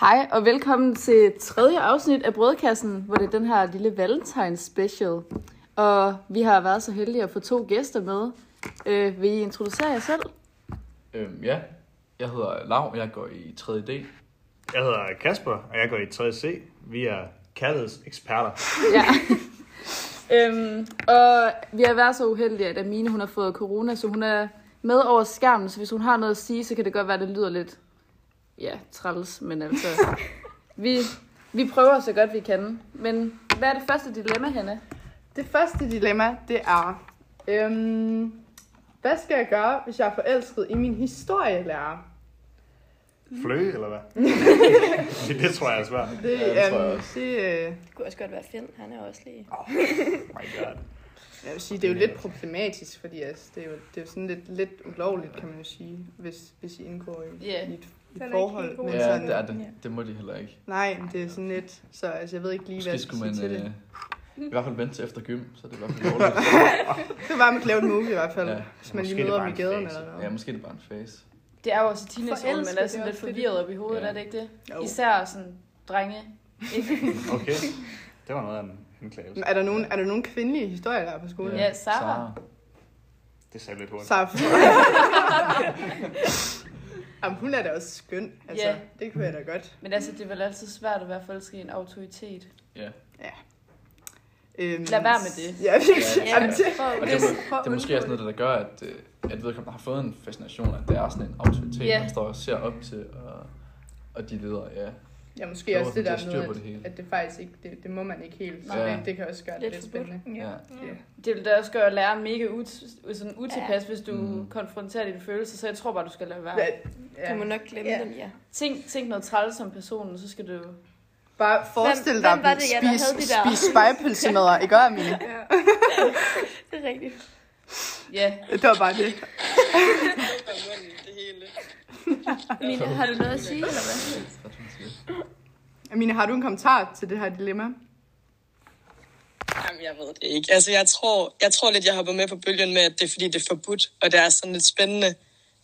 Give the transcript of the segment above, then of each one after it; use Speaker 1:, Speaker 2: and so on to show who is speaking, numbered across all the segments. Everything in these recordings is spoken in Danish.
Speaker 1: Hej og velkommen til tredje afsnit af Brødkassen, hvor det er den her lille Valentine special. Og vi har været så heldige at få to gæster med. Øh, vil I introducere jer selv?
Speaker 2: Øhm, ja, jeg hedder Lav, jeg går i 3.D.
Speaker 3: Jeg hedder Kasper, og jeg går i 3C. Vi er kærlighedseksperter.
Speaker 1: Ja. øhm, og vi har været så uheldige, at Amine hun har fået corona, så hun er med over skærmen. Så hvis hun har noget at sige, så kan det godt være, at det lyder lidt, ja, træls. Men altså, vi, vi prøver så godt vi kan. Men hvad er det første dilemma, Hanna?
Speaker 4: Det første dilemma, det er, øhm, hvad skal jeg gøre, hvis jeg er forelsket i min historielærer?
Speaker 3: Flø, eller hvad? det, det tror jeg er svært.
Speaker 4: Det,
Speaker 2: Ja, det tror jeg
Speaker 4: øhm, det, øh,
Speaker 5: Det kunne også godt være Finn, han er også lige...
Speaker 3: Oh my god.
Speaker 4: jeg vil sige, det er jo lidt problematisk, fordi altså, det, er jo, det er jo sådan lidt, lidt ulovligt, kan man jo sige, hvis, hvis I indgår i,
Speaker 1: Ja.
Speaker 4: i et,
Speaker 5: Den
Speaker 4: et
Speaker 5: er ikke
Speaker 4: forhold.
Speaker 5: helt god.
Speaker 4: Men
Speaker 2: Ja,
Speaker 4: sådan,
Speaker 2: det er det. Det må de heller ikke.
Speaker 4: Nej, men det er sådan lidt, så altså, jeg ved ikke lige,
Speaker 2: Måske
Speaker 4: hvad jeg
Speaker 2: skulle
Speaker 4: skal
Speaker 2: man
Speaker 4: sige til
Speaker 2: øh,
Speaker 4: det.
Speaker 2: i hvert fald vente til efter gym, så er det i hvert fald dårligt.
Speaker 4: Det var, man kan lave et move i hvert fald,
Speaker 2: Ja.
Speaker 4: ja. hvis man
Speaker 3: Måske
Speaker 4: lige
Speaker 3: det
Speaker 4: møder
Speaker 3: bare
Speaker 4: dem i
Speaker 3: en
Speaker 4: gaden
Speaker 3: fase.
Speaker 4: eller noget.
Speaker 2: Ja, måske er det bare en fase.
Speaker 5: Det er jo også i teenageårene, man
Speaker 4: Forelsket,
Speaker 5: er
Speaker 4: det er
Speaker 5: sådan lidt
Speaker 4: også det,
Speaker 5: forvirret op i hovedet,
Speaker 2: Ja.
Speaker 5: er det ikke det?
Speaker 4: Jo.
Speaker 5: Især sådan drenge. Ikke?
Speaker 3: Okay, det var noget af en anklagelse.
Speaker 4: Er der nogen, er der nogen kvindelige historielærer på skolen?
Speaker 5: Ja, Sarah.
Speaker 3: Det sagde lidt hurtigt.
Speaker 4: Saf. Jamen, hun er da også skøn. Altså,
Speaker 5: Ja.
Speaker 4: det kunne jeg da godt.
Speaker 5: Men altså, det er vel altid svært at være forelsket i en autoritet.
Speaker 2: Ja.
Speaker 4: Øhm,
Speaker 5: Lad være med det.
Speaker 4: Ja, virkelig.
Speaker 2: Ja,
Speaker 4: Ja, Jamen,
Speaker 5: Altså,
Speaker 2: ja.
Speaker 4: det,
Speaker 2: Og det, må, det er måske også noget, af det, der gør, at, øh, at vedkommende har fået en fascination, at det er sådan en autoritet,
Speaker 5: Ja.
Speaker 2: man står og ser op til, og, og de leder, ja.
Speaker 4: ja, måske
Speaker 2: Kloge,
Speaker 4: også det
Speaker 2: hun
Speaker 4: der
Speaker 2: tager styr på det
Speaker 4: med,
Speaker 2: hele.
Speaker 4: at, at det faktisk ikke, det, det må man ikke helt. Så
Speaker 2: Ja.
Speaker 4: det, det kan også gøre det lidt,
Speaker 5: Lidt forbudt.
Speaker 4: spændende.
Speaker 2: ja.
Speaker 4: Ja.
Speaker 5: Det vil da også gøre at lære mega ut- sådan utilpas, hvis du
Speaker 2: Mm.
Speaker 5: mm. konfronterer dine følelser, så jeg tror bare, du skal lade være.
Speaker 4: Ja,
Speaker 6: Du må
Speaker 4: ja.
Speaker 6: nok glemme
Speaker 4: Ja.
Speaker 6: ja. dem, ja.
Speaker 5: Tænk, tænk noget træls om personen, så skal du...
Speaker 4: Bare forestil
Speaker 6: Hvem-
Speaker 4: dig
Speaker 6: hvem var
Speaker 4: at
Speaker 6: det, jeg, der
Speaker 4: spise,
Speaker 6: havde de der?
Speaker 4: spise spejpølsemad, ikke gør, Mine?
Speaker 6: Det er rigtigt.
Speaker 5: Ja,
Speaker 4: Det var bare det.
Speaker 6: Mine, har du noget at sige, eller hvad?
Speaker 2: Hvad tror du, man siger?
Speaker 4: Mine, har du en kommentar til det her dilemma?
Speaker 7: Jamen, jeg ved det ikke. Altså, jeg tror, jeg tror lidt, jeg hopper med på bølgen med, at det er, fordi det er forbudt, og det er sådan lidt spændende.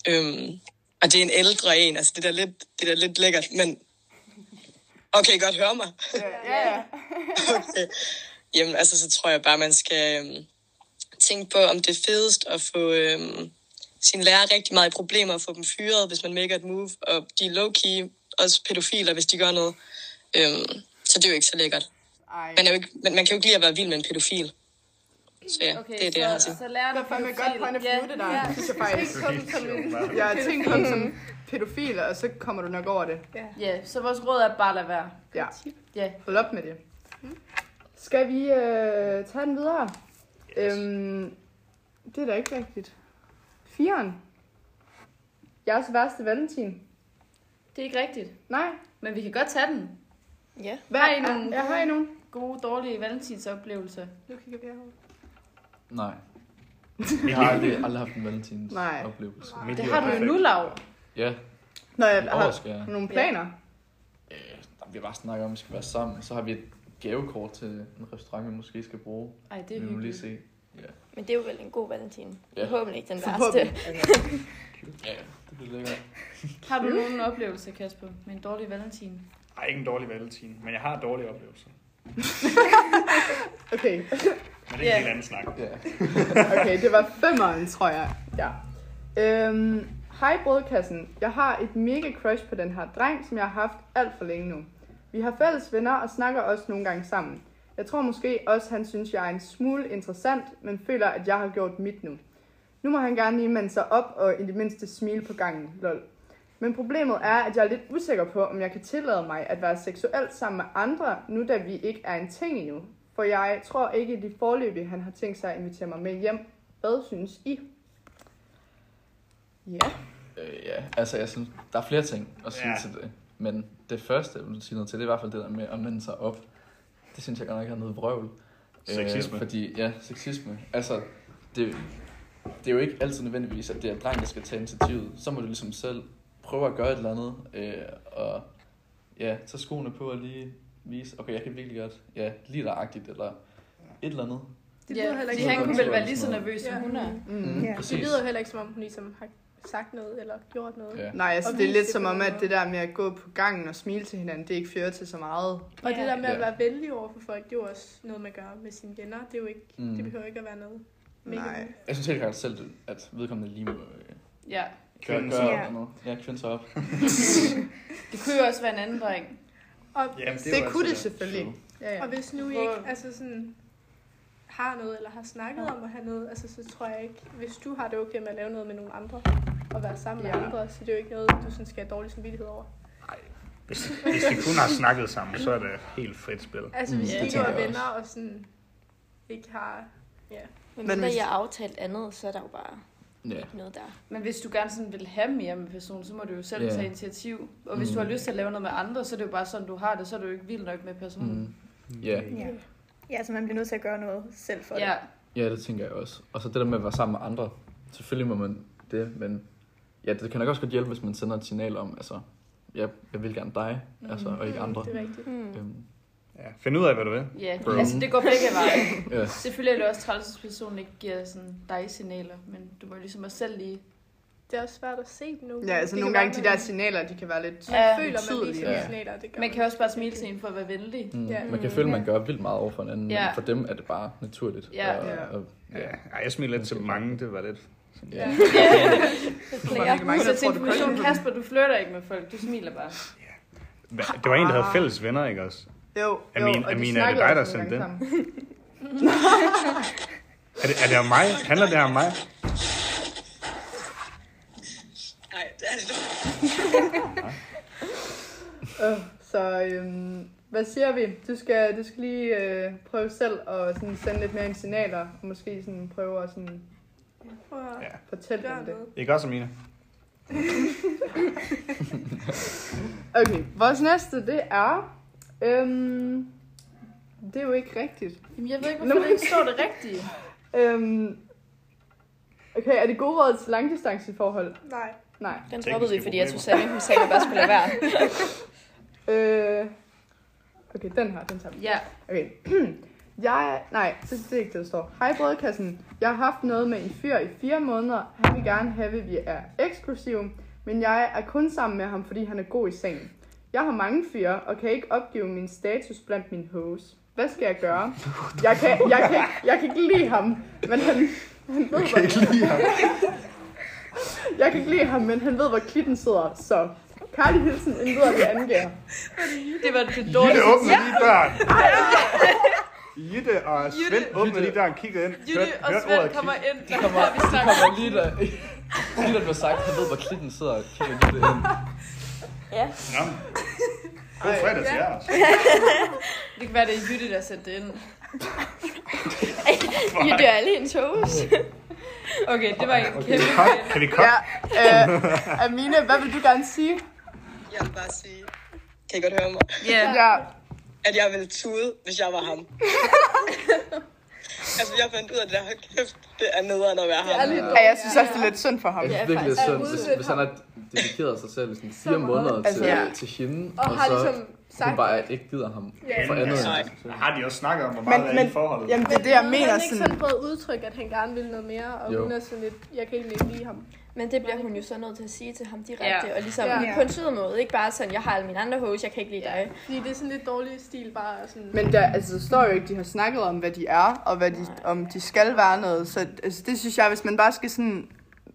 Speaker 7: Øhm, og det er en ældre en, altså det er da lidt, det er da lidt lækkert, men... Okay, godt høre mig.
Speaker 4: Ja, ja.
Speaker 7: Okay. Jamen, altså, så tror jeg bare, man skal øhm, tænke på, om det er fedest at få øhm, sine lærer rigtig meget i problemer og få dem fyret, hvis man maker et move, og de er low-key, også pædofiler, hvis de gør noget. Øhm, så det er jo ikke så lækkert.
Speaker 4: Ej.
Speaker 7: Man, er jo ikke, man, man kan jo ikke lide at være vild med en pædofil. Så ja, okay, det er det, jeg har
Speaker 5: så,
Speaker 7: til.
Speaker 5: så lærer
Speaker 4: Det
Speaker 5: du
Speaker 4: er fandme et godt point at flytte dig. Det synes jeg faktisk.
Speaker 3: Sjovt,
Speaker 4: Jeg har tænkt på dem som pædofil, og så kommer du nok over det.
Speaker 5: Ja, så vores råd er bare lade være.
Speaker 4: Ja.
Speaker 5: Ja.
Speaker 4: Hold op med det.
Speaker 5: Mm.
Speaker 4: Skal vi øh, tage den videre? Yes. Øhm, det er da ikke rigtigt. Firen. Jeres værste valentin.
Speaker 5: Det er ikke rigtigt.
Speaker 4: Nej.
Speaker 5: Men vi kan godt tage den.
Speaker 6: Ja.
Speaker 4: Hvad
Speaker 5: Har I nogen?
Speaker 4: Ja, har I nogen?
Speaker 5: Gode, dårlige valentinsoplevelser.
Speaker 2: Nej. Jeg har aldrig, aldrig haft en valentins
Speaker 4: Nej.
Speaker 2: oplevelse.
Speaker 3: Mit
Speaker 5: Det
Speaker 3: liv
Speaker 5: har
Speaker 3: er
Speaker 5: du jo
Speaker 3: perfekt.
Speaker 5: nu, Lav.
Speaker 2: Ja,
Speaker 4: Nå, jeg
Speaker 2: i
Speaker 4: har
Speaker 2: år skal jeg.
Speaker 4: nogle planer.
Speaker 2: Øh, der bliver bare snakket om, at vi skal være sammen. Så har vi et gavekort til en restaurant, vi måske skal bruge.
Speaker 5: Ej, det er
Speaker 2: Vi må lige
Speaker 5: hyggeligt.
Speaker 2: se.
Speaker 6: Men det er jo vel en god valentin.
Speaker 2: Ja.
Speaker 6: Ja. Forhåbentlig ikke den værste.
Speaker 4: Forhåbentlig.
Speaker 2: Ja, ja, det bliver lækkert.
Speaker 5: Har du nogen oplevelse, Kasper, med en dårlig valentin?
Speaker 3: Ej, ikke en dårlig valentin, men jeg har dårlige oplevelser.
Speaker 4: Okay,
Speaker 3: Men det er en
Speaker 5: Ja.
Speaker 3: helt anden snak.
Speaker 2: Ja.
Speaker 4: okay, det var femmeren, tror jeg. Ja. Øhm, Hej brødkassen. Jeg har et mega crush på den her dreng, som jeg har haft alt for længe nu. Vi har fælles venner og snakker også nogle gange sammen. Jeg tror måske også, han synes, jeg er en smule interessant, men føler, at jeg har gjort mit nu. Nu må han gerne lige mande sig op og i det mindste smile på gangen, lol. Men problemet er, at jeg er lidt usikker på, om jeg kan tillade mig at være seksuelt sammen med andre, nu da vi ikke er en ting endnu. For jeg tror ikke, at de forløbige, han har tænkt sig at invitere mig med hjem. Hvad synes I? Ja.
Speaker 2: Øh, ja, altså jeg synes, der er flere ting at sige
Speaker 3: Ja.
Speaker 2: ja. til det. Men det første, jeg vil sige noget til, det er i hvert fald det der med at mande sig op. Det synes jeg godt nok er noget vrøvl.
Speaker 3: Sexisme.
Speaker 2: Øh, fordi, ja, sexisme. Altså, det, det er jo ikke altid nødvendigvis, at det er dreng, der skal tage initiativet. Så må du ligesom selv prøve at gøre et eller andet. Øh, og ja, tage skoene på og lige vise, okay, jeg kan virkelig godt, ja, lige agtigt eller et eller andet.
Speaker 5: Det ja, heller
Speaker 2: ikke
Speaker 5: fordi
Speaker 2: som
Speaker 5: han
Speaker 2: om-
Speaker 5: kunne vel være
Speaker 2: Sådan
Speaker 5: lige så
Speaker 2: noget.
Speaker 5: nervøs, som hun er.
Speaker 4: Mm.
Speaker 2: ja. Præcis. Det lyder
Speaker 8: heller ikke, som om hun ligesom har
Speaker 6: sagt noget eller gjort noget.
Speaker 2: Ja.
Speaker 4: Nej, altså
Speaker 6: Og
Speaker 4: det er
Speaker 6: vise
Speaker 4: lidt
Speaker 6: det
Speaker 4: som
Speaker 6: på
Speaker 4: om,
Speaker 6: den
Speaker 4: at
Speaker 6: måde.
Speaker 4: det der med at gå på gangen og smile til hinanden, det ikke fører til så meget.
Speaker 6: Og det der med at
Speaker 2: Ja.
Speaker 6: være venlig over for folk, det er jo også noget, man gør med sine venner. Det, er jo ikke,
Speaker 2: Mm.
Speaker 6: mm. det behøver ikke at være noget. mega-
Speaker 4: Nej.
Speaker 2: Jeg synes helt klart selv, at vedkommende lige må øh,
Speaker 5: Ja.
Speaker 2: gøre,
Speaker 3: Kvinde
Speaker 2: gøre
Speaker 6: sig.
Speaker 2: ja. noget. Ja, kvinde sig op.
Speaker 5: Det kunne jo også være en anden dreng.
Speaker 6: Og,
Speaker 3: Jamen,
Speaker 4: Det, det kunne det selvfølgelig. Ja,
Speaker 6: og
Speaker 4: ja.
Speaker 6: hvis nu I ikke altså sådan, har noget, eller har snakket om at have noget, altså, så tror jeg ikke, hvis du har det okay med at lave noget med nogle andre, og være sammen ja.
Speaker 4: Ja.
Speaker 6: med andre, så det er jo ikke noget, du sådan skal have dårlig samvittighed over.
Speaker 3: Hvis, hvis de kun har snakket sammen, så er det helt frit spil.
Speaker 6: Altså, hvis
Speaker 2: Mm, det
Speaker 6: mm, I ikke
Speaker 2: tænker
Speaker 6: var
Speaker 2: jeg
Speaker 6: venner og sådan ikke har... Ja.
Speaker 4: Men Men hvis- I har
Speaker 6: aftalt andet, så er der jo bare
Speaker 2: Ja.
Speaker 6: noget der.
Speaker 5: Men hvis du gerne sådan vil have mere med personen, så må du jo selv
Speaker 2: Ja.
Speaker 5: tage initiativ. Og hvis
Speaker 2: Mm.
Speaker 5: du har lyst til at lave noget med andre, så er det jo bare sådan, du har det. Så er du jo ikke vild nok med personen.
Speaker 2: Mm. Ja.
Speaker 6: Ja. ja, så man bliver nødt til at gøre noget selv for
Speaker 5: Ja.
Speaker 6: det.
Speaker 2: ja, det tænker jeg også. Og så det der med at være sammen med andre. Selvfølgelig må man det, men ja, det kan nok også godt hjælpe, hvis man sender et signal om, altså, ja, jeg vil gerne dig, mm. altså, og ikke andre.
Speaker 6: Det er rigtigt.
Speaker 8: Hmm.
Speaker 2: Mm. Øhm,
Speaker 3: Ja. Find ud af, hvad du vil.
Speaker 5: Ja,
Speaker 2: Bro.
Speaker 5: altså det går begge veje.
Speaker 2: ja.
Speaker 5: Selvfølgelig er det også træls, hvis personen ikke giver sådan dig signaler, men du må ligesom også selv lige...
Speaker 6: Det er også svært at se dem nogle
Speaker 4: ja, altså
Speaker 6: Det kan
Speaker 4: nogle
Speaker 6: være,
Speaker 4: gange de
Speaker 6: man-
Speaker 4: der signaler, de kan være lidt...
Speaker 6: Man
Speaker 5: Ja,
Speaker 6: føler, man viser
Speaker 2: tydelige.
Speaker 6: ja. signaler, det gør
Speaker 5: Man kan også bare smile til en for at være venlig.
Speaker 2: Mm.
Speaker 6: Ja.
Speaker 2: Yeah. Man kan føle, at man
Speaker 6: Ja.
Speaker 2: gør vildt meget over for hinanden, yeah.
Speaker 5: Ja.
Speaker 2: men for dem er det bare naturligt.
Speaker 5: Ja.
Speaker 2: Og,
Speaker 4: Ja.
Speaker 2: og, ja.
Speaker 3: Ja. Ej, jeg smiler lidt til mange, det var lidt.
Speaker 2: Ja.
Speaker 4: Der er mange, der
Speaker 5: Så til
Speaker 4: tror, det er
Speaker 5: information,
Speaker 4: koldt.
Speaker 5: Kasper, du flytter ikke med folk, du smiler bare.
Speaker 3: Hva? Det var en, der havde fælles venner, ikke også?
Speaker 4: Jo, jo,
Speaker 3: Amin-
Speaker 4: og
Speaker 3: Amina,
Speaker 4: de
Speaker 3: er det
Speaker 4: snakkede
Speaker 3: dig, der
Speaker 4: også nogle
Speaker 3: sendte
Speaker 4: gange
Speaker 3: Er det, er det om mig? Handler det om mig?
Speaker 7: Nej, det er det ikke.
Speaker 4: sammen. Øh, Så øhm, hvad siger vi? Du skal, du skal lige øh, prøve selv at sådan sende lidt mere ind signaler, og måske sådan prøve at sådan
Speaker 6: Prøv at
Speaker 3: Ja.
Speaker 4: fortælle dem
Speaker 6: gøre
Speaker 4: det.
Speaker 6: noget.
Speaker 3: Ikke også, Amina?
Speaker 4: Okay, vores næste, det er... Øhm, det er jo ikke rigtigt.
Speaker 5: Jamen, jeg ved ikke,
Speaker 4: hvorfor
Speaker 5: hvorfor
Speaker 4: det
Speaker 5: det ikke står det rigtige.
Speaker 4: Øhm, okay, er det gode råd til langdistanceforhold?
Speaker 6: Nej.
Speaker 4: Nej.
Speaker 6: Den
Speaker 3: Tekniske droppede vi, fordi jeg problemer. synes,
Speaker 6: Susanne, hun sagde, at man bare skulle lade være.
Speaker 4: Øh, okay, den her, den tager vi.
Speaker 5: Ja,
Speaker 4: Okay. Jeg, nej, det, det er ikke det, der står. Hej brødkassen. Jeg har haft noget med en fyr i fire måneder. Han vil gerne have, at vi er eksklusive, men jeg er kun sammen med ham, fordi han er god i sengen. Jeg har mange fyre, og kan ikke opgive min status blandt mine hoes. Hvad skal jeg gøre? Jeg kan, jeg kan, ikke- jeg kan ikke lide ham, men han, han ved, hvor,
Speaker 2: Lige her.
Speaker 4: jeg kan ikke lide ham, men han ved, hvor klitten sidder, så... Karli Hilsen indleder det angiver.
Speaker 5: det var det
Speaker 3: Jytte
Speaker 5: dårligste.
Speaker 3: åbner lige døren. Jytte og Svend
Speaker 5: Jytte.
Speaker 3: åbner lige
Speaker 2: Jytte.
Speaker 3: døren, kigger ind.
Speaker 5: Jytte
Speaker 3: Hørte-
Speaker 5: og
Speaker 3: hørte
Speaker 5: Svend
Speaker 3: ordet kig.
Speaker 5: kommer ind, der
Speaker 2: kommer,
Speaker 5: har vi
Speaker 2: det
Speaker 5: snakket.
Speaker 2: kommer lige der. Lige der blev sagt, han ved, hvor klitten sidder og kigger lige ind.
Speaker 3: Nå. God fredag til jer. også.
Speaker 5: Det kan være, det er Jytte, der sendte det ind.
Speaker 6: I dør alle hendes hus.
Speaker 5: Okay, det var en
Speaker 3: Kan vi
Speaker 5: kæmpe...
Speaker 3: cut? Kan vi cut?
Speaker 4: Ja, øh, Amine, hvad vil du gerne sige?
Speaker 7: Jeg vil bare sige, kan I godt høre mig?
Speaker 5: Ja,
Speaker 4: Ja,
Speaker 7: at jeg ville tude, hvis jeg var ham. altså, jeg fandt ud af det der, hold kæft, det er nederen at være ham.
Speaker 4: ja jeg synes også, det er lidt synd for ham.
Speaker 2: Jeg synes
Speaker 6: Ja,
Speaker 2: virkelig, det er
Speaker 6: faktisk.
Speaker 2: synd, hvis, hvis han har dedikeret sig selv i sådan fire måneder
Speaker 4: Altså,
Speaker 2: til,
Speaker 4: ja.
Speaker 2: til hende,
Speaker 6: Og
Speaker 2: og,
Speaker 6: har
Speaker 2: så
Speaker 6: ligesom
Speaker 2: hun
Speaker 6: sagt-
Speaker 2: bare ikke gider ham
Speaker 6: Ja.
Speaker 2: for andet.
Speaker 7: Nej.
Speaker 2: end-
Speaker 3: Har de også snakket om, hvor
Speaker 4: Men,
Speaker 3: meget der
Speaker 4: men,
Speaker 3: er i forholdet?
Speaker 4: jamen, det er det, jeg mener.
Speaker 6: Han ikke
Speaker 4: Sådan,
Speaker 6: sådan fået udtryk, at han gerne vil noget mere, og
Speaker 2: Jo.
Speaker 6: hun er sådan lidt, jeg kan egentlig ikke lide ham.
Speaker 8: Men det bliver hun jo så nødt til at sige til ham direkte,
Speaker 5: Ja.
Speaker 8: ja. og ligesom
Speaker 6: Ja.
Speaker 8: ja. på en sød måde, ikke bare sådan, jeg har alle mine andre hoes, jeg kan ikke lide dig.
Speaker 6: Fordi det er sådan lidt dårlig stil bare at sådan...
Speaker 4: men der, altså, der står jo ikke, de har snakket om, hvad de er, og hvad de, om de skal være noget. Så altså, det synes jeg, hvis man bare skal sådan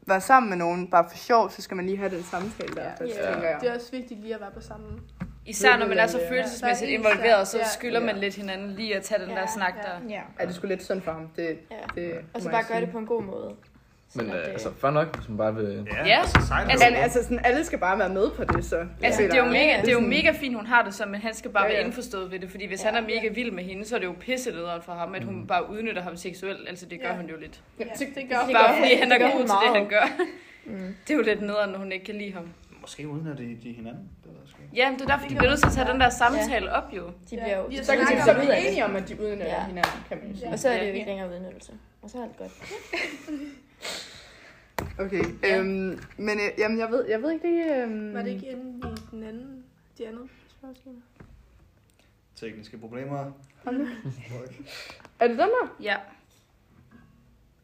Speaker 4: være sammen med nogen, bare for sjov, så skal man lige have den samtale der. Yeah.
Speaker 6: Ja.
Speaker 4: Tænker jeg.
Speaker 6: Det er også vigtigt lige at være på samme.
Speaker 5: Især når man er så følelsesmæssigt involveret, så
Speaker 6: Ja.
Speaker 5: skylder man lidt hinanden lige at tage den der snak der.
Speaker 6: Ja.
Speaker 4: Ja, det skulle lidt synd for ham. Det,
Speaker 8: Ja.
Speaker 4: det,
Speaker 8: Og så
Speaker 4: må
Speaker 8: Altså, bare
Speaker 4: jeg
Speaker 8: gøre
Speaker 4: sige.
Speaker 8: det på en god måde.
Speaker 2: Men
Speaker 8: Sådan at,
Speaker 2: øh,
Speaker 8: øh,
Speaker 2: altså, fair nok, hvis man bare vil...
Speaker 5: Ja.
Speaker 3: altså, sejt.
Speaker 4: Men altså, sådan, alle skal bare være med på det, så.
Speaker 5: Altså, det er, jo mega, det er jo
Speaker 4: sådan-
Speaker 5: mega fint, hun har det så, men han skal bare
Speaker 4: Ja,
Speaker 5: være
Speaker 4: ja.
Speaker 5: indforstået ved det. Fordi hvis han er mega vild med hende, så er det jo pisselederen for ham, at hun bare udnytter ham seksuelt. Altså, det gør
Speaker 6: Ja.
Speaker 5: hun jo lidt.
Speaker 6: Ja, det
Speaker 8: Det
Speaker 6: gør
Speaker 8: gør
Speaker 5: Bare
Speaker 8: hun.
Speaker 5: fordi han er
Speaker 8: Det gør
Speaker 5: god
Speaker 8: hun
Speaker 5: til det,
Speaker 8: meget.
Speaker 5: han gør.
Speaker 8: mm,
Speaker 5: Det er jo lidt nederen, når hun ikke kan lide ham.
Speaker 3: Måske uden at de, de hinanden. Det ved jeg sgu ikke.
Speaker 5: Ja, men det er derfor, de bliver nødt til at tage den der samtale op, jo.
Speaker 8: de bliver jo
Speaker 6: Ja.
Speaker 8: de
Speaker 4: Så
Speaker 8: bliver
Speaker 4: kan
Speaker 8: nødt
Speaker 4: de
Speaker 8: til
Speaker 4: så
Speaker 8: at finde ud af
Speaker 4: blive
Speaker 8: det.
Speaker 4: enige om, at de udnytter
Speaker 8: Ja.
Speaker 4: hinanden, kan man jo sige.
Speaker 8: Og så er det
Speaker 5: Ja.
Speaker 8: jo ikke længere udnyttelse. Og så er det godt.
Speaker 4: Okay, øhm, men øh, jamen, jeg, ved, jeg ved ikke lige... Øhm,
Speaker 6: Var det ikke inden i den anden, de andet spørgsmål?
Speaker 3: Tekniske problemer.
Speaker 4: Er det den der?
Speaker 5: Ja.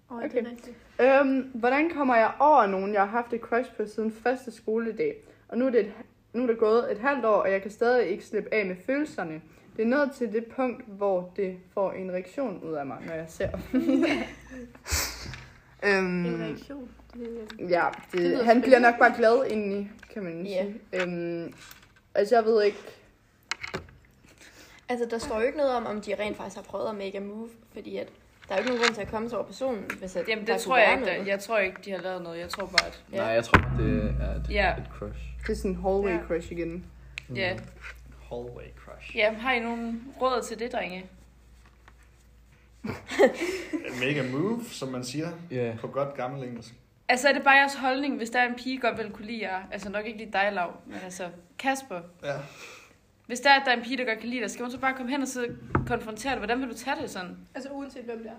Speaker 6: Åh, okay. det
Speaker 4: Okay.
Speaker 6: er rigtigt.
Speaker 4: Øhm, hvordan kommer jeg over nogen, jeg har haft et crush på siden første skoledag? Og nu er, det et, nu er det gået et halvt år, og jeg kan stadig ikke slippe af med følelserne. Det er nået til det punkt, hvor det får en reaktion ud af mig, når jeg ser.
Speaker 6: En
Speaker 4: øhm,
Speaker 6: reaktion. Det,
Speaker 4: ja, det,
Speaker 8: lyder
Speaker 4: han bliver
Speaker 8: spændende.
Speaker 4: nok bare glad indeni, kan man sige. Øhm, altså, jeg ved ikke...
Speaker 8: Altså, der står jo ikke noget om, om de rent faktisk har prøvet at make a move, fordi at der er jo ikke nogen grund til at komme sig over personen, hvis at
Speaker 5: Jamen, det
Speaker 8: der kunne
Speaker 5: tror jeg
Speaker 8: være
Speaker 5: ikke. Der,
Speaker 8: noget.
Speaker 5: jeg tror ikke, de har lavet noget. Jeg tror bare, at...
Speaker 8: Ja.
Speaker 2: Nej, jeg tror, det er et,
Speaker 5: Ja.
Speaker 2: et crush. Mm.
Speaker 4: Det er sådan en hallway
Speaker 6: Ja.
Speaker 4: crush igen.
Speaker 3: Mm.
Speaker 5: Ja.
Speaker 2: Hallway crush.
Speaker 5: ja, har I nogen råd til det, drenge?
Speaker 3: Make a move, som man siger
Speaker 2: Ja.
Speaker 3: på godt gammel engelsk.
Speaker 5: Altså, er det bare jeres holdning, hvis der er en pige, godt vil kunne lide jer? Altså, nok ikke lige dig, Lav, men altså, Kasper.
Speaker 3: Ja.
Speaker 5: Hvis der er, at der er en pige, der godt kan lide dig, skal hun så bare komme hen og så konfrontere dig? Hvordan vil du tage det sådan?
Speaker 6: altså uanset hvem det er.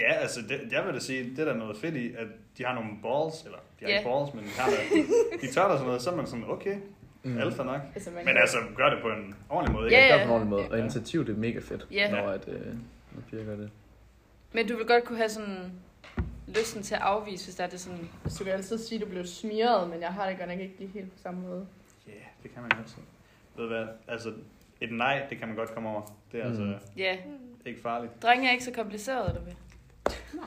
Speaker 3: Ja, altså, det, jeg vil da sige, det er der noget fedt i, at de har nogle balls, eller de
Speaker 5: Ja.
Speaker 3: har yeah. ikke balls, men de har da, de tør der sådan noget, så er man sådan, okay, mm. alfa nok.
Speaker 8: Altså, man
Speaker 3: Men
Speaker 8: kan-
Speaker 3: altså, gør det på en ordentlig måde,
Speaker 5: Ja,
Speaker 3: ikke?
Speaker 2: Det
Speaker 5: ja.
Speaker 2: er på en ordentlig måde, og initiativ, det er mega fedt,
Speaker 5: Ja.
Speaker 2: når at, øh, når piger gør det.
Speaker 5: Men du vil godt kunne have sådan lysten til at afvise, hvis der er det sådan...
Speaker 4: Altså, du kan altid sige, at du blev smiret, men jeg har det godt nok ikke lige helt på samme måde.
Speaker 3: Ja, yeah, det kan man jo altid. Ved du hvad, altså, et nej, det kan man godt komme over. Det er mm.
Speaker 2: Mm.
Speaker 3: altså
Speaker 5: Ja,
Speaker 3: ikke farligt.
Speaker 5: drenge er ikke så komplicerede, eller hvad?
Speaker 4: Det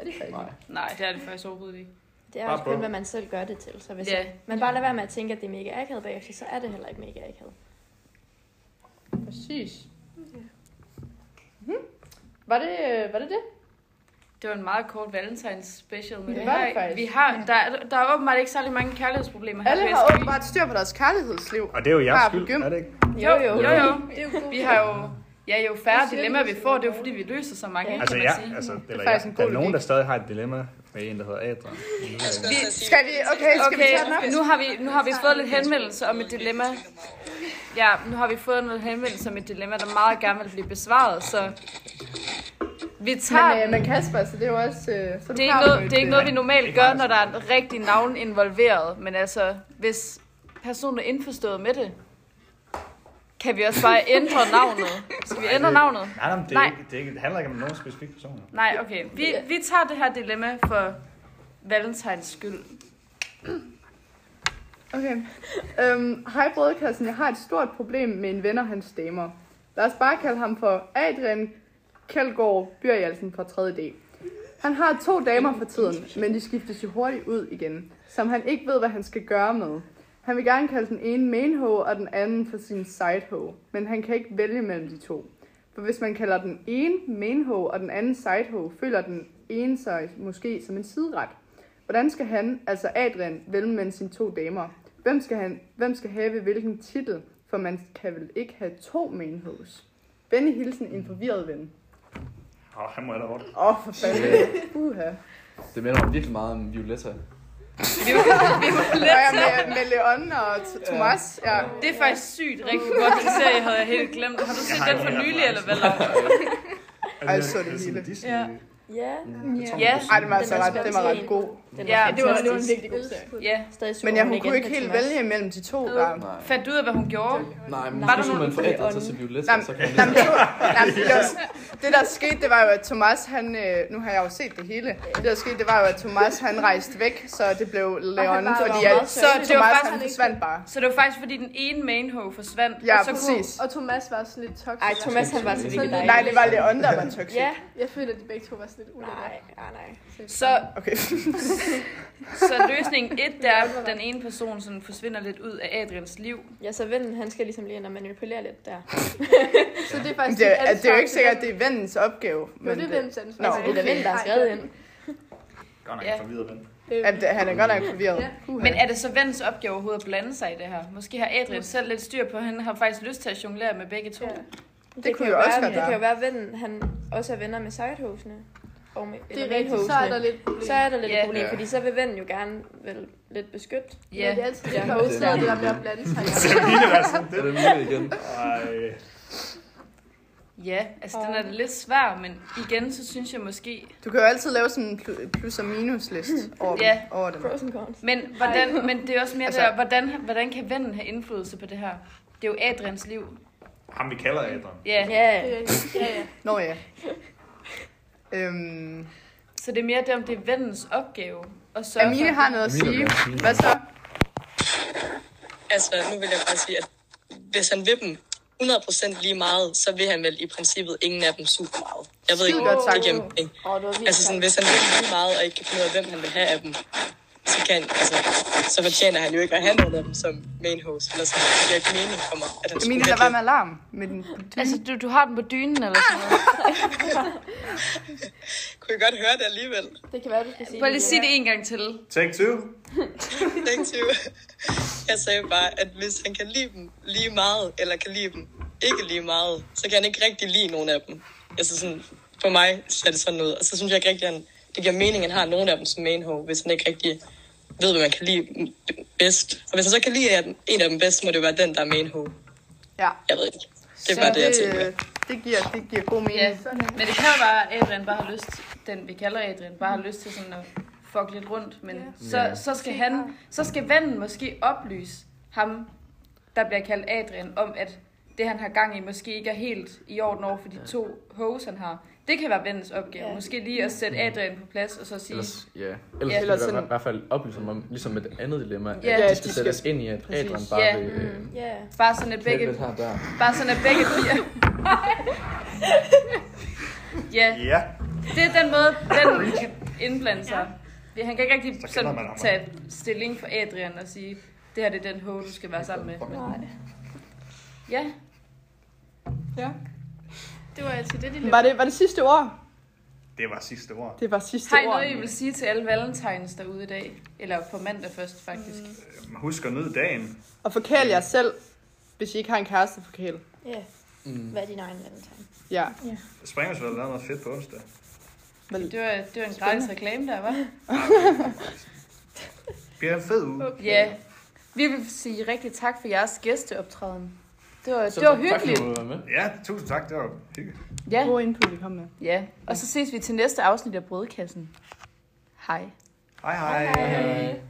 Speaker 4: er det faktisk.
Speaker 2: Nej.
Speaker 5: Nej, det er det faktisk overhovedet ikke.
Speaker 8: Det er
Speaker 3: Bare
Speaker 8: også kun,
Speaker 3: prøv.
Speaker 8: hvad man selv gør det til. Så hvis
Speaker 5: Ja.
Speaker 8: yeah. man bare lader være med at tænke, at det er mega akavet bagefter, så er det heller ikke mega akavet.
Speaker 4: Præcis. Mhm.
Speaker 6: Ja.
Speaker 4: Var det, øh, var det det?
Speaker 5: Det var en meget kort Valentines special, men
Speaker 4: Det
Speaker 5: vi
Speaker 4: var det
Speaker 5: har,
Speaker 4: faktisk.
Speaker 5: vi har, der, er- der er åbenbart ikke særlig mange kærlighedsproblemer her.
Speaker 4: Alle
Speaker 5: men
Speaker 4: har
Speaker 5: skal vi-
Speaker 4: åbenbart styr på deres kærlighedsliv.
Speaker 3: Og det er jo jeres
Speaker 4: Bare
Speaker 3: skyld,
Speaker 4: begynd.
Speaker 3: er det ikke?
Speaker 5: Jo, jo, jo. jo.
Speaker 6: Det er jo god.
Speaker 5: Vi har jo, ja, jo
Speaker 6: Det
Speaker 5: færre
Speaker 6: siger
Speaker 5: dilemmaer
Speaker 6: vi
Speaker 5: vi
Speaker 6: jo
Speaker 5: får,
Speaker 6: selv.
Speaker 5: det er jo fordi, vi løser så mange,
Speaker 8: Ja.
Speaker 5: ja.
Speaker 3: Altså,
Speaker 5: kan man sige.
Speaker 3: ja, altså, det eller,
Speaker 4: faktisk
Speaker 3: jeg,
Speaker 4: en
Speaker 3: der er
Speaker 4: god
Speaker 3: nogen,
Speaker 4: idé.
Speaker 3: der stadig har et dilemma med en, der hedder Adrian.
Speaker 7: Jeg skulle også til at sige,
Speaker 4: Skal vi, okay, skal vi
Speaker 5: Okay,
Speaker 4: tage den op?
Speaker 5: nu har, vi, nu har vi fået lidt henvendelse om et dilemma. Ja, nu har vi fået noget henvendelse om et dilemma, der meget gerne vil blive besvaret, så vi tager
Speaker 4: Men, øh,
Speaker 5: den.
Speaker 4: men Kasper, så det er jo også... Øh, så er du
Speaker 5: det er, ikke
Speaker 4: klar på
Speaker 5: noget,
Speaker 4: et,
Speaker 5: det er ikke noget,
Speaker 4: øh,
Speaker 5: vi normalt
Speaker 3: Ikke
Speaker 5: gør,
Speaker 3: meget
Speaker 5: når der er en rigtig navn involveret. Men altså, hvis personen er indforstået med det, kan vi også bare ændre navnet. Skal vi ændre navnet?
Speaker 3: Nej, nej, men det, er
Speaker 5: Nej.
Speaker 3: ikke, det, er ikke, det handler ikke om nogen specifik person.
Speaker 5: Nej, okay. Vi, vi tager det her dilemma for Valentines skyld.
Speaker 4: Okay. Øhm, Hej brødkassen, jeg har et stort problem med en ven og hans damer. Lad os bare kalde ham for Adrian Kjeldgaard Byrjalsen fra 3.D. Han har to damer for tiden, men de skiftes jo hurtigt ud igen, som han ikke ved, hvad han skal gøre med. Han vil gerne kalde den ene mainho og den anden for sin sideho, men han kan ikke vælge mellem de to. For hvis man kalder den ene mainho og den anden sideho, føler den ene sig måske som en sideret. Hvordan skal han, altså Adrian, vælge mellem sine to damer? Hvem skal, han, hvem skal have hvilken titel? For man kan vel ikke have to mainhoes? Benny Hilsen, en forvirret ven.
Speaker 3: Åh, oh, han må have det hårdt.
Speaker 4: Åh, oh, for fanden. Uha.
Speaker 2: Det minder mig virkelig meget om Violetta.
Speaker 4: Nå ja, med, med Leon og T- Thomas. Ja.
Speaker 5: Det er faktisk sygt rigtig godt, den serie havde jeg helt glemt. Har du set
Speaker 3: har
Speaker 5: den
Speaker 3: ikke
Speaker 5: for
Speaker 3: nogen
Speaker 5: nylig, eller
Speaker 3: reference.
Speaker 5: hvad? Laura?
Speaker 4: Ej, så er det hele.
Speaker 3: Disney.
Speaker 5: Ja.
Speaker 3: Ja.
Speaker 8: Ja,
Speaker 5: Ja,
Speaker 4: Ej, den var altså
Speaker 8: Den er
Speaker 4: ret, den var ret
Speaker 8: spændt.
Speaker 4: god.
Speaker 8: den
Speaker 5: Ja,
Speaker 8: fantastisk.
Speaker 5: det var-
Speaker 6: det var en virkelig god serie.
Speaker 5: Ja.
Speaker 8: Stadig sur
Speaker 4: Men jeg,
Speaker 8: over,
Speaker 4: hun
Speaker 8: igen
Speaker 4: kunne ikke
Speaker 8: kan
Speaker 4: helt
Speaker 8: Thomas.
Speaker 4: vælge mellem de to. Der.
Speaker 2: Nej.
Speaker 5: Fandt du ud af, hvad hun gjorde?
Speaker 2: Nej, men
Speaker 8: Var der
Speaker 2: hvis
Speaker 8: nogen-
Speaker 2: man forældre sig
Speaker 8: Ånden.
Speaker 2: til Violetta,
Speaker 4: Jamen,
Speaker 2: så kan man
Speaker 4: jamen,
Speaker 2: lige
Speaker 4: det, var, jamen, det, var, det der skete, det var jo, at Thomas, han, øh, nu har jeg jo set det hele, det der skete, det var jo, at Thomas, han rejste væk, så det blev Leon,
Speaker 6: var jo
Speaker 4: fordi
Speaker 6: meget
Speaker 4: at, så
Speaker 5: sød. Det var
Speaker 4: Thomas,
Speaker 5: faktisk-
Speaker 4: han forsvandt bare.
Speaker 5: Så det var faktisk, fordi den ene mainho forsvandt.
Speaker 4: Ja,
Speaker 5: og så
Speaker 4: præcis.
Speaker 6: Og Thomas var sådan lidt toxic.
Speaker 8: Ej, Thomas han var så virkelig dejlig.
Speaker 4: Nej, det var Leon, der var toxic.
Speaker 8: Ja.
Speaker 6: Jeg føler, at de begge to var sådan lidt
Speaker 8: Nej,
Speaker 6: ulækkere.
Speaker 8: nej, nej.
Speaker 5: Kunne, så,
Speaker 4: Okay.
Speaker 5: så løsningen et, det er, at den ene person sådan forsvinder lidt ud af Adrians liv.
Speaker 8: Ja, så vennen, han skal ligesom lige ind og manipulere lidt der.
Speaker 6: Så det er
Speaker 4: Men Det,
Speaker 6: faktisk dit
Speaker 4: er, det er jo
Speaker 6: ansvar
Speaker 4: ikke sikkert, at
Speaker 6: til
Speaker 4: det er vennens opgave.
Speaker 6: hvem- Jo, det er hvem
Speaker 8: Nå, altså, det er da vennen, der har skrevet ind.
Speaker 3: Godt nok
Speaker 5: Ja.
Speaker 3: ja. forvirret ven.
Speaker 4: at det- han er godt nok forvirret.
Speaker 6: Ja.
Speaker 4: Uha.
Speaker 5: Men er det så vens opgave overhovedet at blande sig i det her? Måske har Adrian selv lidt styr på, at han har faktisk lyst til at jonglere med begge to.
Speaker 6: Ja.
Speaker 4: kunne
Speaker 8: Det, kan
Speaker 4: jo også
Speaker 8: være,
Speaker 4: godt
Speaker 8: Det kan
Speaker 4: være.
Speaker 8: jo være, at vennen, han også er venner med sidehosene. Og med,
Speaker 6: Det
Speaker 8: eller
Speaker 6: er rigtigt, så er
Speaker 8: mainhosene.
Speaker 6: der lidt problem.
Speaker 8: så er der lidt
Speaker 5: Ja.
Speaker 8: et problem,
Speaker 2: Ja.
Speaker 8: fordi så vil vennen jo gerne vel, lidt beskytte.
Speaker 6: Ja. Det er
Speaker 5: Ja.
Speaker 6: altid lidt kaoseret, det der med at blande sig.
Speaker 3: altså
Speaker 2: er det muligt igen.
Speaker 3: Ej.
Speaker 5: Ja, altså den er lidt svær, men igen, så synes jeg måske...
Speaker 4: Du kan jo altid lave sådan en pl- plus- og minus-list over, dem-
Speaker 5: Ja.
Speaker 4: over dem.
Speaker 8: Pros and cons.
Speaker 5: Men, hvordan, men det er også mere altså,
Speaker 4: Altså-
Speaker 5: der, hvordan, hvordan kan vennen have indflydelse på det her? Det er jo Adrians liv.
Speaker 3: Ham vi kalder Adrian.
Speaker 5: Ja.
Speaker 8: Ja,
Speaker 6: Ja, ja.
Speaker 4: Nå ja. Øhm,
Speaker 5: Så det er mere det, om det er vennens opgave. Og så
Speaker 4: Amine har noget at
Speaker 3: Amine vil
Speaker 4: sige.
Speaker 3: gerne sige
Speaker 4: Hvad så?
Speaker 7: Altså, nu vil jeg bare sige, at hvis han vil dem 100% lige meget, så vil han vel i princippet ingen af dem super meget. Jeg ved ikke,
Speaker 4: Skide godt
Speaker 7: om det
Speaker 4: sagt.
Speaker 7: giver mening.
Speaker 8: Åh, det var vildt.
Speaker 7: Altså, sådan, hvis han vil dem lige meget, og ikke kan finde ud af, hvem han vil have af dem, så, kan, altså, så fortjener han jo ikke at have nogen af dem som main host. Eller sådan, det giver ikke mening for mig, at han
Speaker 4: Amine,
Speaker 7: skulle
Speaker 4: lad
Speaker 7: have
Speaker 4: være
Speaker 7: det.
Speaker 4: med alarm. Med den
Speaker 5: Altså, du, du har den på dynen eller sådan
Speaker 6: Ah!
Speaker 5: noget.
Speaker 7: Kunne I godt høre det alligevel?
Speaker 8: Det kan være, du skal sige
Speaker 5: Bare lige sige det en gang til.
Speaker 3: Take two.
Speaker 7: Negativ. Jeg sagde bare, at hvis han kan lide dem lige meget, eller kan lide dem ikke lige meget, så kan han ikke rigtig lide nogen af dem. Altså sådan, for mig ser det sådan ud. Og så synes jeg ikke rigtig, at han, det giver mening, at han har nogen af dem som main hoe, hvis han ikke rigtig ved, hvad man kan lide dem bedst. Og hvis han så kan lide en- en af dem bedst, må det være den, der er main hoe.
Speaker 4: Ja.
Speaker 7: Jeg ved ikke. Det
Speaker 5: Så
Speaker 7: er bare det, jeg
Speaker 4: øh,
Speaker 7: tænker.
Speaker 4: det, giver, det giver god mening.
Speaker 5: Ja, men det kan jo være, at Adrian bare har lyst, den vi kalder Adrian, bare har lyst til sådan at fuck lidt rundt, men
Speaker 6: Ja.
Speaker 5: så, så, skal han, så skal vennen måske oplyse ham, der bliver kaldt Adrian, om at det, han har gang i, måske ikke er helt i orden over for de to hoes, han har. Det kan være vennens opgave.
Speaker 6: Ja.
Speaker 5: Måske lige at sætte Adrian på plads, og så sige,
Speaker 2: Ellers, ja. Ellers,
Speaker 5: Ja.
Speaker 2: ja,
Speaker 4: Eller
Speaker 2: ellers sådan...
Speaker 4: sådan-
Speaker 2: i hvert fald oplyse dem om, ligesom et andet dilemma,
Speaker 5: Ja,
Speaker 2: at
Speaker 4: de
Speaker 2: de skal
Speaker 4: skal-
Speaker 2: sættes ind i, at Adrian bare
Speaker 5: Ja.
Speaker 2: vil øh,
Speaker 8: Mm, Ja.
Speaker 5: bare sådan at
Speaker 2: knække
Speaker 5: begge,
Speaker 2: lidt her og der.
Speaker 5: bare sådan at begge piger... ja,
Speaker 3: Ja.
Speaker 5: Det er den måde, den kan indblande sig. Ja. Han kan ikke rigtig
Speaker 3: kender
Speaker 5: sådan
Speaker 3: man ham.
Speaker 5: tage stilling for Adrian og sige, det her det er den ho, du skal være sammen med. Men,
Speaker 6: Nej.
Speaker 5: ja,
Speaker 6: Det var altså det, de
Speaker 4: Var det, var det sidste ord?
Speaker 3: Det var sidste ord.
Speaker 4: Det var sidste
Speaker 5: har I
Speaker 4: ord.
Speaker 5: noget, I vil sige til alle valentines derude i dag? Eller på mandag først, faktisk.
Speaker 3: Husk at nyde dagen.
Speaker 4: Og forkæl jer selv, hvis I ikke har en kæreste, forkæl.
Speaker 8: Ja.
Speaker 2: Mm.
Speaker 8: Hvad er din egen valentine?
Speaker 4: Ja.
Speaker 3: Springer så lavet noget fedt på onsdag.
Speaker 5: Det var, det var en gratis reklame der, var.
Speaker 3: Bliver en fed uge.
Speaker 5: Ja. Vi vil sige rigtig tak for jeres gæsteoptræden. Det var,
Speaker 2: Så
Speaker 5: det var
Speaker 2: tak, fordi
Speaker 5: hyggeligt.
Speaker 2: du var med.
Speaker 3: Ja, tusind tak. Det var hyggeligt.
Speaker 5: Ja.
Speaker 4: God input, I kom med.
Speaker 5: ja. Og så ses vi til næste afsnit af Brødkassen. Hej.
Speaker 3: Hej hej. hej.